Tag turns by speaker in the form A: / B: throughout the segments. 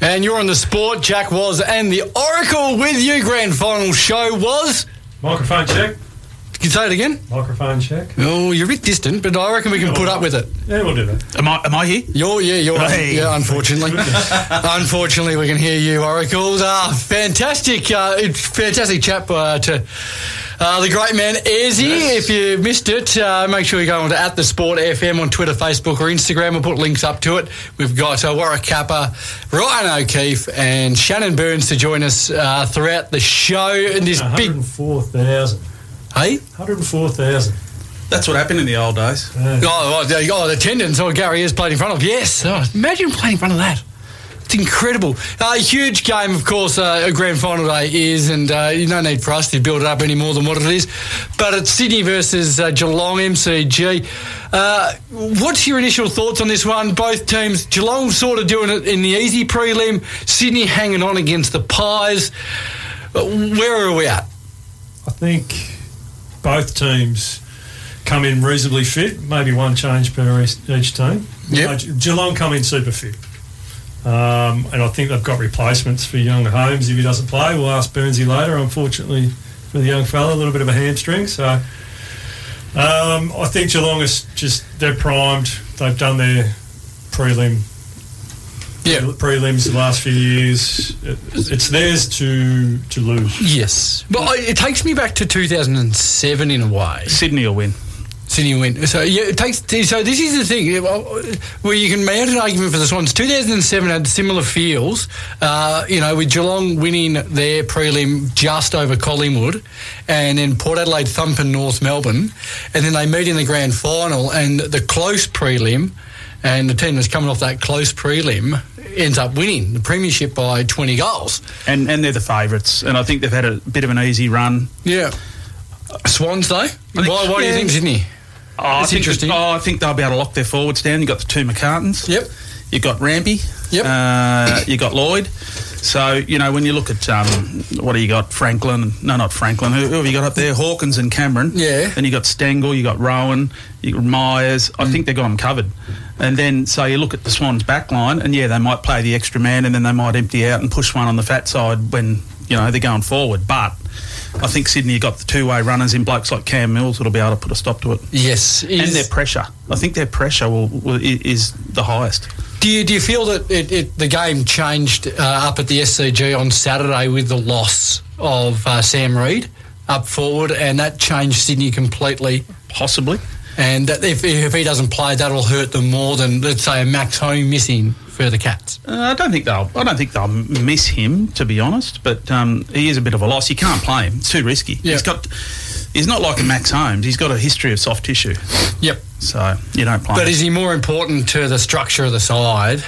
A: And you're on the sport. Jack was and the Oracle with you. Grand final show was.
B: Microphone check.
A: Can you say it again?
B: Microphone check.
A: Oh, you're a bit distant, but I reckon we can put up with it.
B: Yeah, we'll do that.
C: Am I, am I here?
A: You're, yeah, you're,
C: Hey.
A: yeah, unfortunately. unfortunately, we can hear you, Oracles. Ah, fantastic, uh, it's fantastic chap uh, to uh, the great man, Ezzy. If you missed it, uh, make sure you go on to at the Sport FM on Twitter, Facebook, or Instagram. We'll put links up to it. We've got uh, Warwick Kappa, Ryan O'Keefe, and Shannon Burns to join us uh, throughout the show. And this
B: Uh, Uh-huh.
A: big,
B: 104,000.
A: hey?
B: 104,000.
C: That's what happened in the old days.
A: Oh, oh, the, oh, the tendons. Oh, Gary is played in front of. Yes. Oh, imagine playing in front of that. It's incredible. Uh, huge game, of course, uh, a grand final day is, and uh, you no need for us to build it up any more than what it is. But it's Sydney versus uh, Geelong MCG. Uh, what's your initial thoughts on this one? Both teams, Geelong sort of doing it in the easy prelim, Sydney hanging on against the Pies. Uh, Where are we at?
B: I think both teams come in reasonably fit. Maybe one change per each, each team.
A: Yep.
B: Uh, Ge- Geelong come in super fit. Um, and I think they've got replacements for young Holmes if he doesn't play. We'll ask Burnsy later. Unfortunately for the young fella, a little bit of a hamstring. So um, I think Geelong is just they're primed. They've done their prelim prelims the last few years. It, it's theirs to to lose.
A: Yes. Well, I, it takes me back to 2007 in a way.
C: Sydney will win.
A: Sydney win. So yeah, it takes. So this is the thing yeah, well, where you can mount an argument for the Swans. 2007 had similar feels. Uh, you know, with Geelong winning their prelim just over Collingwood, and then Port Adelaide thumping North Melbourne, and then they meet in the grand final and the close prelim, and the team that's coming off that close prelim ends up winning the premiership by 20 goals.
C: And, and they're the favourites. And I think they've had a bit of an easy run.
A: Yeah. Swans though. why? Why do you
C: yeah.
A: think Sydney?
C: Oh,
A: That's
C: I think
A: interesting.
C: oh, I think they'll be able to lock their forwards down. You've got the two McCartans.
A: Yep.
C: You've got Rampy.
A: Yep.
C: Uh, you got Lloyd. So, you know, when you look at um, what do you got? Franklin. No, not Franklin. Who, who have you got up there? Hawkins and Cameron.
A: Yeah.
C: Then you got Stengel, you got Rowan, you got Myers. I think they've got them covered. And then, so you look at the Swans' back line, and yeah, they might play the extra man and then they might empty out and push one on the fat side when, you know, they're going forward. But I think Sydney have got the two way runners in blokes like Cam Mills that'll be able to put a stop to it
A: Yes.
C: and
A: Is-
C: their pressure. I think their pressure will, will i- is the highest.
A: Do you, do you feel that it, it, the game changed uh, up at the SCG on Saturday with the loss of uh, Sam Reed up forward, and that changed Sydney completely?
C: Possibly.
A: And that if, if he doesn't play, that'll hurt them more than let's say a Max Home missing for the Cats.
C: Uh, I don't think they'll. I don't think they'll miss him, to be honest. But um, he is a bit of a loss. You can't play him; it's too risky.
A: Yeah.
C: He's got. He's not like a Max Holmes. He's got a history of soft tissue,
A: Yep.
C: so you don't play.
A: But
C: him.
A: is he more important to the structure of the side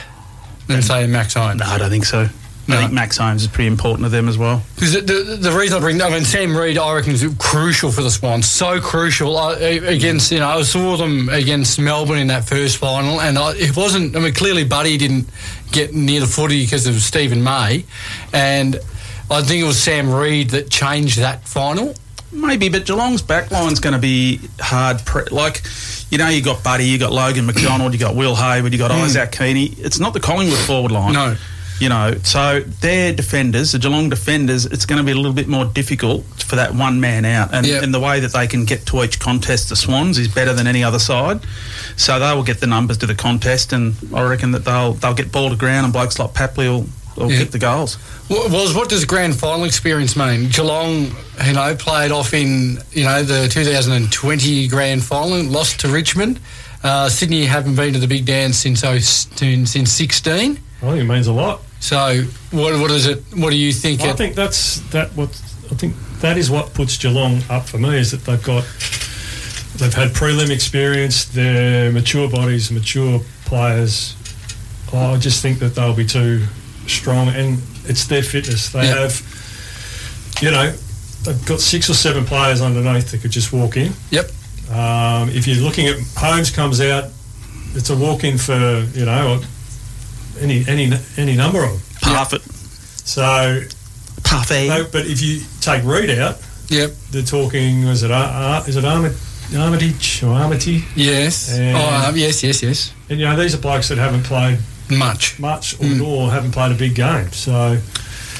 A: than say a Max Home?
C: no, I don't think so.
A: No.
C: I think Max Holmes is pretty important to them as well.
A: Because the, the, the reason I bring, I mean, Sam Reed, I reckon, is crucial for the Swans. So crucial I, against, you know, I saw them against Melbourne in that first final, and I, it wasn't. I mean, clearly Buddy didn't get near the footy because of Stephen May, and I think it was Sam Reed that changed that final.
C: Maybe, but Geelong's back line's going to be hard. Pre- like, you know, you got Buddy, you got Logan McDonald, you got Will Hayward, you got Isaac Keeney. It's not the Collingwood forward line.
A: Hmm. No.
C: You know, so their defenders, the Geelong defenders, it's going to be a little bit more difficult for that one man out. And,
A: Yep.
C: and the way that they can get to each contest, the Swans, is better than any other side. So they will get the numbers to the contest, and I reckon that they'll they'll get ball to ground, and blokes like Papley will, will
A: Yeah.
C: get the goals.
A: Wha- Was what does grand final experience mean? Geelong, you know, played off in you know the 2020 grand final, and lost to Richmond. Uh, Sydney haven't been to the big dance since oh, since since 16.
B: I think it means a lot.
A: So what what is it? What do you think?
B: Well, I
A: it-
B: think that's that. What I think that is what puts Geelong up for me is that they've got they've had prelim experience. They're mature bodies, mature players. I just think that they'll be too strong, and it's their fitness. They
A: Yeah.
B: have, you know, they've got six or seven players underneath that could just walk in.
A: Yep.
B: Um, if you're looking at Holmes comes out, it's a walk in for you know any any any number of them.
C: Parfit,
B: So
C: Parfait.
B: no, but if you take Reed out,
A: Yep.
B: they're talking. Is it Ar- Ar- is it Armid- Armitage or Armity?
A: Yes.
B: And-
A: oh, um, yes. Yes. Yes.
B: And you know these are blokes that haven't played
A: much.
B: much or
C: Hmm.
B: nor haven't played a big game. So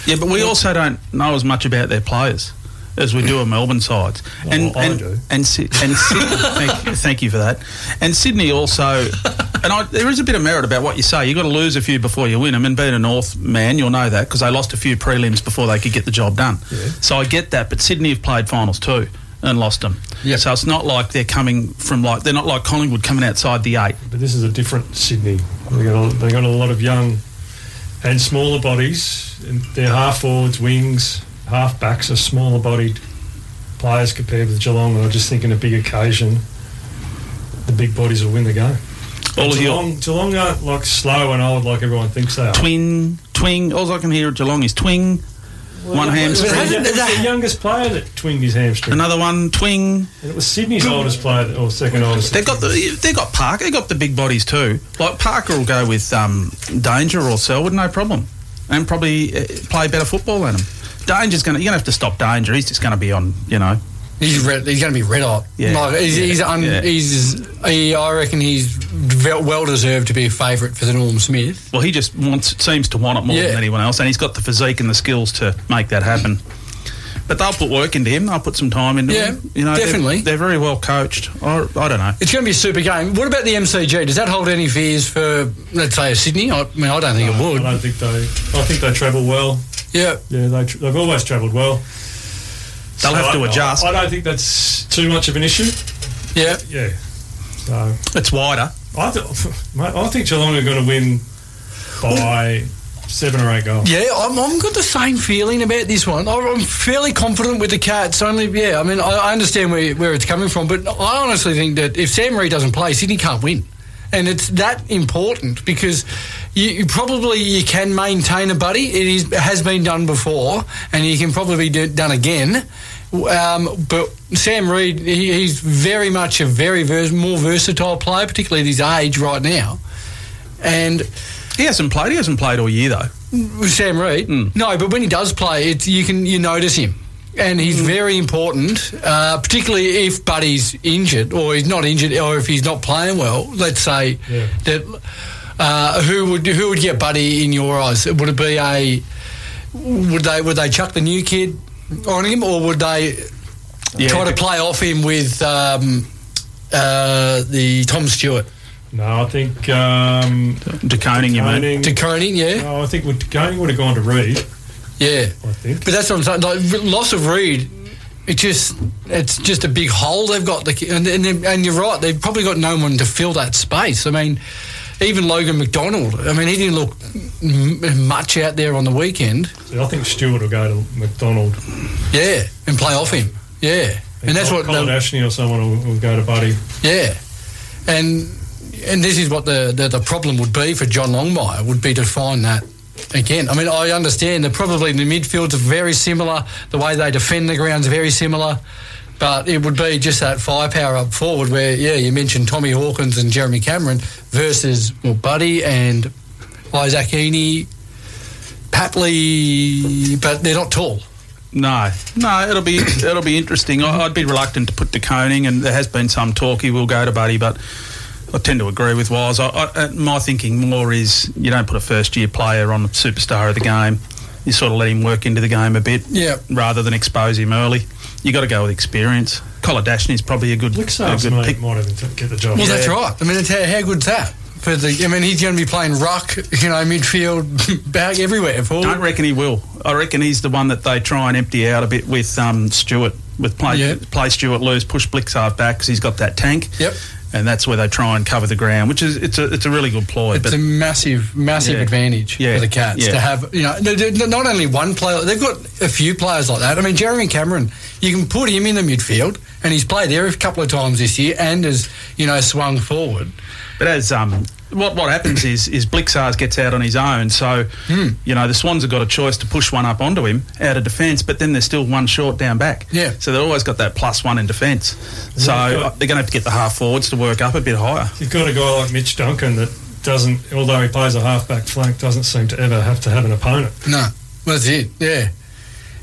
C: Yeah, but we also don't know as much about their players as we do a Melbourne sides.
B: Well, I
C: and,
B: do.
C: And, Sy- and Sydney, thank, you- thank you for that. And Sydney also, and I, there is a bit of merit about what you say. You've got to lose a few before you win them. And being a North man, you'll know that because they lost a few prelims before they could get the job done. So I get that. But Sydney have played finals too and lost them.
A: Yep.
C: So it's not like they're coming from like, they're not like Collingwood coming outside the eight.
B: but this is a different Sydney. They got a, they got a lot of young and smaller bodies. And their half forwards, wings, half backs are smaller bodied players compared with Geelong. And I just think in a big occasion, the big bodies will win the game.
C: All of your
B: Geelong, Geelong aren't like slow and old like everyone thinks they are.
C: twing, twing. All I can hear at Geelong is twing, one
B: It was
C: hamstring.
B: the-
A: Hasn't
B: it was
A: that-
B: the youngest player that twinged his hamstring.
C: Another one, twing.
B: And it was Sydney's oldest player, that- or second oldest.
C: They've got the they've got Parker. They've got the big bodies too. Like Parker will go with um, Danger or Selwood, no problem, and probably uh, play better football than him. Danger's gonna you're gonna have to stop Danger. He's just gonna be on you know.
A: He's red, he's going to be red hot.
C: Yeah.
A: Like, he's,
C: Yeah.
A: he's, un,
C: Yeah.
A: he's he, I reckon he's ve- well deserved to be a favourite for the Norm Smith.
C: Well, he just wants seems to want it more
A: Yeah.
C: than anyone else, and he's got the physique and the skills to make that happen. But they'll put work into him. They'll put some time into
A: Yeah,
C: him. You know, they're-
A: definitely.
C: They're, very well coached. I, I don't know.
A: It's going to be a super game. What about the MCG? Does that hold any fears for, let's say, Sydney? I, I mean, I don't think
B: I
A: it would.
B: don't think they. I think they travel well.
A: Yeah.
B: Yeah, they tr they've always travelled well.
C: They'll have to
B: I-
C: adjust.
B: I, don't think that's too much of an issue.
A: Yeah.
B: Yeah. So
C: It's wider.
B: I, th- mate, I think Geelong are going to win by seven or eight goals.
A: Yeah, I'm, I've got the same feeling about this one. I- I'm fairly confident with the Cats. Only, yeah, I mean, I I understand where, where it's coming from, but I honestly think that if Sam Reed doesn't play, Sydney can't win, and it's that important because you, you probably you can maintain a buddy. It is, has been done before, and you can probably be do, done again. Um, but Sam Reed, he, he's very much a very vers- more versatile player, particularly at his age right now, and.
C: He hasn't played. He hasn't played all year though.
A: With Sam Reed.
C: Mm.
A: No, but when he does play, it's, you can you notice him, and he's very important, uh, particularly if Buddy's injured or he's not injured or if he's not playing well. Let's say
B: Yeah.
A: that uh, who would who would get Buddy in your eyes? Would it be a would they would they chuck the new kid on him or would they
C: Yeah.
A: try to play off him with um, uh, the Tom Stewart
B: No, I think um,
C: Deconing, you mean?
B: Koenig-
A: to Cronin? Yeah,
B: No, I think would- Koenig would have gone to Reed.
A: yeah.
B: I think.
A: But that's what I'm saying. Like r- loss of Reed, it just it's just a big hole they've got. The, ki- and, and and you're right, they've probably got no one to fill that space. I mean, even Logan McDonald. I mean, he didn't look m- much out there on the weekend.
B: I think Stewart will go to McDonald.
A: Yeah, and play off him. Yeah, and that's what.
B: Colin
A: the-
B: Ashney or someone will, will go to Buddy.
A: Yeah, and and this is what the, the the problem would be for John Longmire would be to find that again. I mean, I understand that probably the midfields are very similar, the way they defend the ground's very similar, but it would be just that firepower up forward where yeah, you mentioned Tommy Hawkins and Jeremy Cameron versus well, Buddy and Isaac Heaney, Patley, but they're not tall.
C: No, no, it'll be it'll be interesting. I, I'd be reluctant to put De Koning, and there has been some talk he will go to Buddy, but I tend to agree with Wise. I, I, uh, my thinking more is you don't put a first year player on the superstar of the game. You sort of let him work into the game a bit,
A: Yeah.
C: rather than expose him early. You got to go with experience. Colladashny is probably a good,
B: Look,
C: a
B: Sales
C: good
B: might,
C: pick.
B: might even t- get the job.
A: Well, that's
C: Yeah.
A: right. I mean, it's, how, how good's that? For the, I mean, he's going to be playing ruck, you know, midfield, back everywhere. For
C: Don't reckon he will. I reckon he's the one that they try and empty out a bit with um, Stewart, with play
A: Yeah.
C: play Stewart loose, push Blixart back because he's got that tank.
A: Yep.
C: And that's where they try and cover the ground, which is it's a it's a really good ploy.
A: it's
C: but
A: a massive, massive
C: Yeah.
A: advantage
C: Yeah.
A: for the Cats
C: Yeah.
A: to have, you know, they- they- not only one player, they've got a few players like that. I mean, Jeremy Cameron, you can put him in the midfield, and he's played there a couple of times this year and has, you know, swung forward.
C: but as um what what happens is is Blixars gets out on his own, so
A: Hmm.
C: you know the Swans have got a choice to push one up onto him out of defence, but then they're still one short down back.
A: Yeah.
C: So they've always got that plus one in defence. So
B: Yeah, good.
C: uh, they're going to have to get the half forwards to work up a bit higher.
B: You've got a guy like Mitch Duncan that doesn't, although he plays a halfback flank, doesn't seem to ever have to have an opponent.
A: No, that's it. Yeah,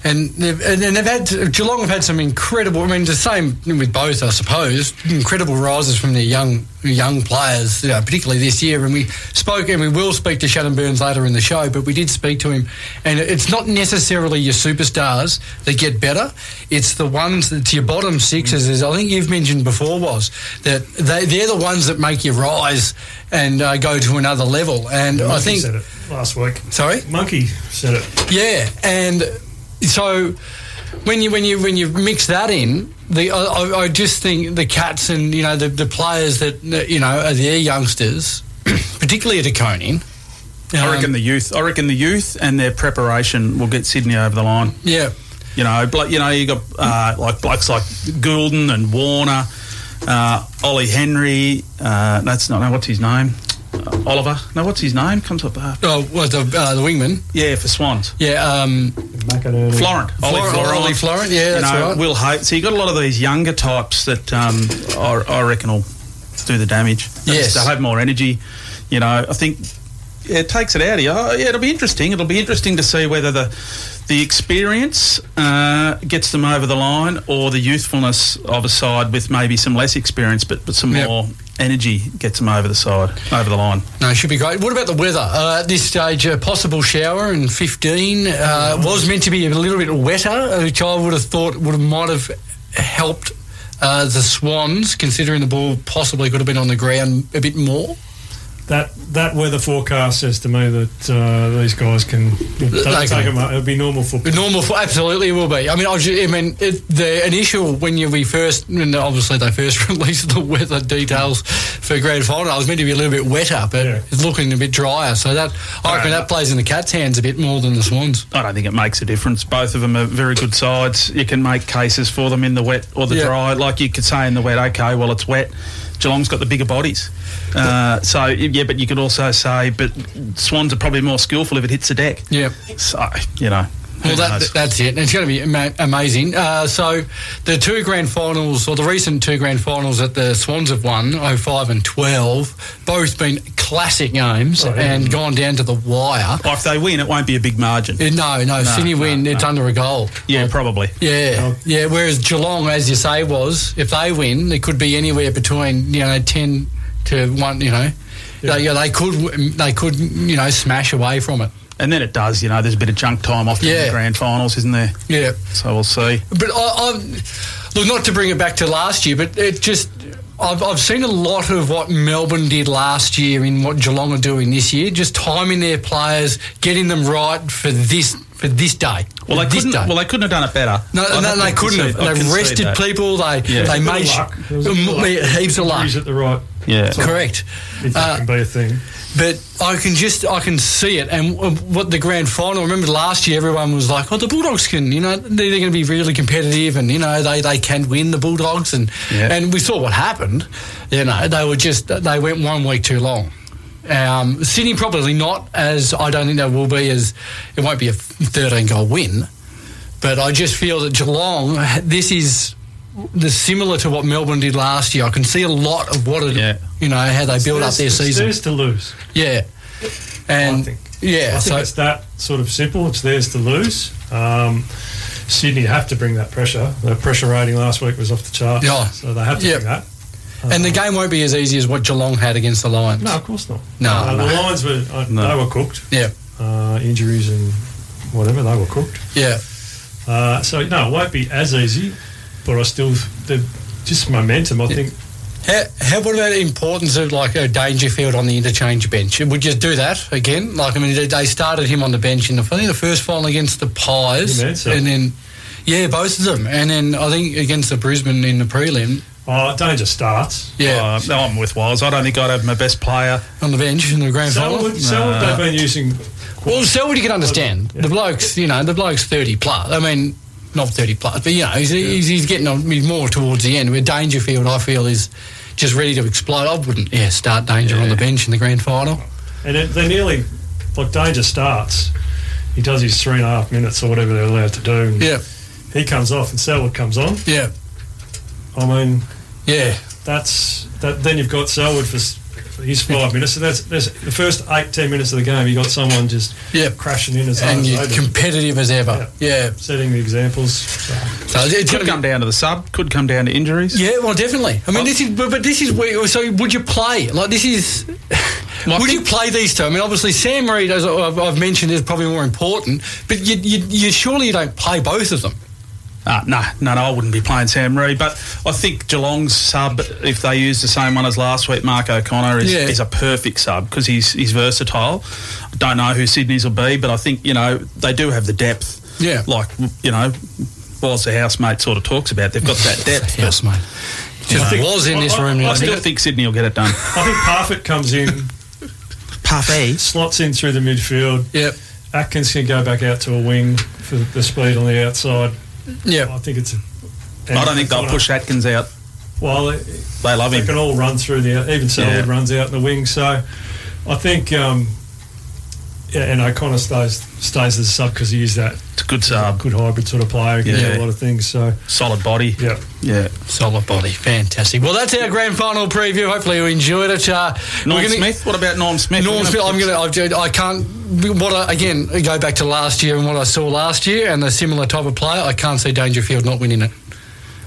A: and they've, and and they've had Geelong have had some incredible. I mean, the same with both, I suppose. Incredible rises from their young young players, you know, particularly this year. And we spoke, and we will speak to Shannon Burns later in the show. But we did speak to him, and it's not necessarily your superstars that get better. It's the ones that's your bottom sixes, as I think you've mentioned before, was that they, they're the ones that make you rise and uh, go to another level. And I
B: Monkey
A: think,
B: said it last week.
A: sorry.
B: Monkey said it.
A: Yeah, and so when you when you when you mix that in, the I, I- I just think the cats and you know the, the players that that, you know are their youngsters, particularly at a Conin.
C: I
A: Um,
C: reckon the youth. I reckon the youth and their preparation will get Sydney over the line.
A: Yeah,
C: You know, Bla- you know, you got uh, like blokes like Goulden and Warner, uh, Ollie Henry. Uh, that's not no. What's his name? Uh, Oliver. No, what's his name? Comes up. Uh,
A: oh, what the uh, the wingman?
C: yeah, for Swans.
A: Yeah, um,
B: McInerney.
C: Florent. Ollie
A: Florent-
C: Florent.
A: Ollie Florent, yeah,
C: you
A: that's
C: know,
A: right.
C: Will Hope. So you got a lot of these younger types that um, I, I reckon will do the damage. They'll
A: Yes.
C: just- They'll have more energy. You know, I think yeah, it takes it out of you. Oh, yeah, it'll be interesting. It'll be interesting to see whether the the experience uh, gets them over the line or the youthfulness of a side with maybe some less experience but, but some
A: Yep.
C: more energy gets them over the side, over the line.
A: no, it should be great. What about the weather uh, at this stage? A possible shower in fifteen uh, was meant to be a little bit wetter, which I would have thought would have might have helped. Uh, the Swans, considering the ball possibly could have been on the ground a bit more.
B: That that weather forecast says to me that uh, these guys can
A: They
B: don't
A: can-
B: take them. It'll be normal football.
A: Normal, for, absolutely, it will be. I mean, I, was ju- I mean, it, the initial when you we first, when obviously they first released the weather details for grand final. It was meant to be a little bit wetter, but
B: Yeah.
A: it's looking a bit drier. So that I reckon
C: Alright.
A: that plays in the cat's hands a bit more than the Swans.
C: I don't think it makes a difference. Both of them are very good sides. You can make cases for them in the wet or the
A: Yeah.
C: dry. Like you could say in the wet, okay, well it's wet. Geelong's got the bigger bodies, uh, so yeah. But you could also say, but Swans are probably more skillful if it hits the deck.
A: Yeah.
C: So you know. who
A: Well, that,
C: knows?
A: that's it. And it's going to be ama- amazing. Uh, so, the two grand finals, or the recent two grand finals that the Swans have won, 05 and 12, both been classic games
B: Oh, yeah.
A: and gone down to the wire.
C: Or if they win, it won't be a big margin.
A: Uh, No, no, Sydney
C: no,
A: win, it's under a goal.
C: yeah, probably.
A: Yeah,
B: Oh.
A: yeah. Whereas Geelong, as you say, was if they win, it could be anywhere between you know ten to one. You know,
B: Yeah.
A: they, yeah, they could w- they could you know smash away from it.
C: And then it does. You know, there's a bit of junk time often in
A: Yeah.
C: the grand finals, isn't there?
A: Yeah,
C: So we'll see.
A: but I, I'm look not to bring it back to last year, but it just. I've, I've seen a lot of what Melbourne did last year in what Geelong are doing this year, just timing their players, getting them right for this for this day.
C: Well,
A: for
C: they
A: this
C: couldn't.
A: day.
C: Well, they couldn't have done it better.
A: No,
C: I
A: no,
C: don't
A: they
C: think-
A: couldn't have.
C: I
A: They
C: concede
A: rested
C: that.
A: people. They
C: Yeah.
A: they
B: Bit of
A: made
B: luck. There was a bit of luck.
A: mm, heaps of luck.
B: Injuries at the right.
C: Yeah.
B: time,
A: Correct.
B: If that
A: Uh,
B: can be a thing.
A: But I can just I can see it, and w- what the grand final. Remember last year, everyone was like, "Oh, the Bulldogs can, you know, they're going to be really competitive, and you know, they, they can win the Bulldogs." And
C: Yeah.
A: and we saw what happened. You know, they were just they went one week too long. Um, Sydney probably not as I don't think they will be as it won't be a thirteen goal win, but I just feel that Geelong this is. The similar to what Melbourne did last year, I can see a lot of what it,
C: Yeah.
A: you know, how they build up their
B: It's
A: season.
B: theirs to lose.
A: Yeah. And
B: I think. I
A: yeah,
B: think
A: so
B: it's that sort of simple. It's theirs to lose. Um, Sydney have to bring that pressure. Their pressure rating last week was off the chart.
A: Yeah.
B: So they have to
A: Yep.
B: bring that.
A: and the game won't be as easy as what Geelong had against the Lions.
B: uh, No, of course not.
A: No,
B: Uh,
A: no.
B: The Lions were, uh,
C: No.
B: they were cooked.
A: Yeah,
B: Uh, injuries and whatever, they were cooked.
A: yeah,
B: Uh, so no, it won't be as easy, but I still the just momentum. I think
A: How, how what about the importance of like a Dangerfield on the interchange bench? Would you do that again? Like I mean, they- they started him on the bench in the, I think the first final against the Pies,
B: You mean so?
A: and then yeah, both of them, and then I think against the Brisbane in the prelim,
B: oh, danger starts.
A: yeah,
C: Uh, no, I'm with Wiles. I don't think I'd have my best player.
A: on the bench in the grand
B: So
A: final.
B: would, so would they've been using.
A: Well, Selwood, you can understand. The bloke's, you know, the bloke's 30 plus. I mean, not 30 plus, but, you know, he's, he's, he's getting on he's more towards the end. Where Dangerfield, I feel, is just ready to explode. I wouldn't, yeah, start Danger on the bench in the grand final.
B: And it, they nearly, like danger starts. He does his three and a half minutes or whatever they're allowed to do. And
A: Yeah,
B: He comes off and Selwood comes on.
A: yeah,
B: I mean,
A: yeah.
B: that's that. Then you've got Selwood for s- He's five minutes. So that's, that's the first eight, ten minutes of the game. You got someone just
A: Yep.
B: crashing in as hard
A: and
B: as
A: you're
B: they do.
A: competitive as ever. Yeah.
B: setting the examples. So.
A: So it's
C: Could
A: gonna
C: come
A: be-
C: down to the sub. Could come down to injuries.
A: yeah, well, definitely. I mean, this is, but, but this is where, so would you play? Like, this is,
C: Well, I
A: would you
C: think-
A: play these two? I mean, obviously, Sam Reid, as I- I've, I've mentioned, is probably more important, but you, you, you surely you don't play both of them.
C: Uh, no, no, no, I wouldn't be playing Sam Reed. But I think Geelong's sub, if they use the same one as last week, Mark O'Connor is,
A: Yeah.
C: is a perfect sub because he's he's versatile. I don't know who Sydney's will be, but I think you know they do have the depth.
A: Yeah.
C: like you know, whilst the housemate sort of talks about, they've got that depth. but
A: Yes, mate. Just
B: Yeah.
A: was in this
B: I- I-
A: room.
B: I
A: the
C: I
A: other
C: still
A: day.
C: think Sydney will get it done.
B: I think Parfit comes in,
D: Parfait.
B: slots in through the midfield.
A: Yep,
B: Atkins can go back out to a wing for the speed on the outside. I
A: yep.
B: think it's.
C: I don't think they'll push Atkins out.
B: Well, it-
C: They love
B: they
C: him.
B: can all run through the. Even Selwood
C: Yeah.
B: runs out in the wing. So I think. Um, yeah, and O'Connor stays, stays as a sub because he is that
C: It's a good sub,
B: good hybrid sort of player. He can
C: Yeah.
B: do a lot of things. So,
C: solid body.
B: yeah.
C: Yeah,
A: Solid body. Fantastic. Well, that's our grand final preview. Hopefully, you enjoyed it. Uh,
C: Norm
A: we're gonna-
C: Smith. What about Norm Smith?
A: Norm Smith, I'm going to. I can't. What I, again? I Go back to last year and what I saw last year, and the similar type of player. I can't see Dangerfield not winning it.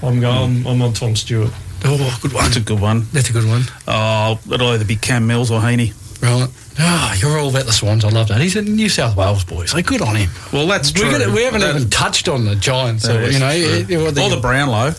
B: I'm going. I'm on Tom Stewart.
A: Oh, good one.
C: That's a good one.
A: That's a good one.
C: Oh, it'll either be Cam Mills or Heaney.
A: Right. Ah, you're all about the Swans. I love that. He's a New South Wales boy, so good on him.
C: Well, that's
A: We're
C: true.
A: gonna, we haven't
C: That-
A: even touched on the Giants, so,
C: that is
A: you know.
C: true.
A: it- it- what
C: or the Brownlow.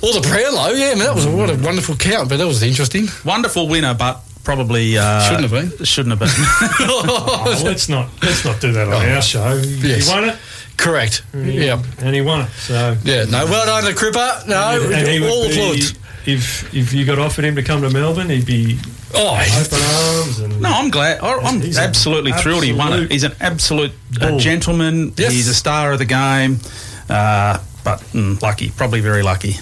A: all the Brownlow, yeah, man, that was a, what a wonderful count, but that was interesting.
C: Wonderful winner, but probably uh,
A: Shouldn't have
C: Shouldn't have been.
B: Oh, let's not let's not do that on our show. He,
A: Yes.
B: he won it.
A: Correct.
B: and he-
A: Yeah.
B: and he won it. So
A: Yeah. No. Well done, the Cripper.
B: and he
A: No.
B: would
A: All
B: be-
A: applause.
B: If if you got offered him to come to Melbourne, he'd be
A: Oh, he's-
B: open arms. And
C: no, I'm glad. I- I'm
B: He's an
C: absolutely thrilled he won it.
B: absolute
C: He's an absolute uh,
B: bull.
C: gentleman.
A: Yes.
C: He's a star of the game, uh, but mm, lucky, probably very lucky.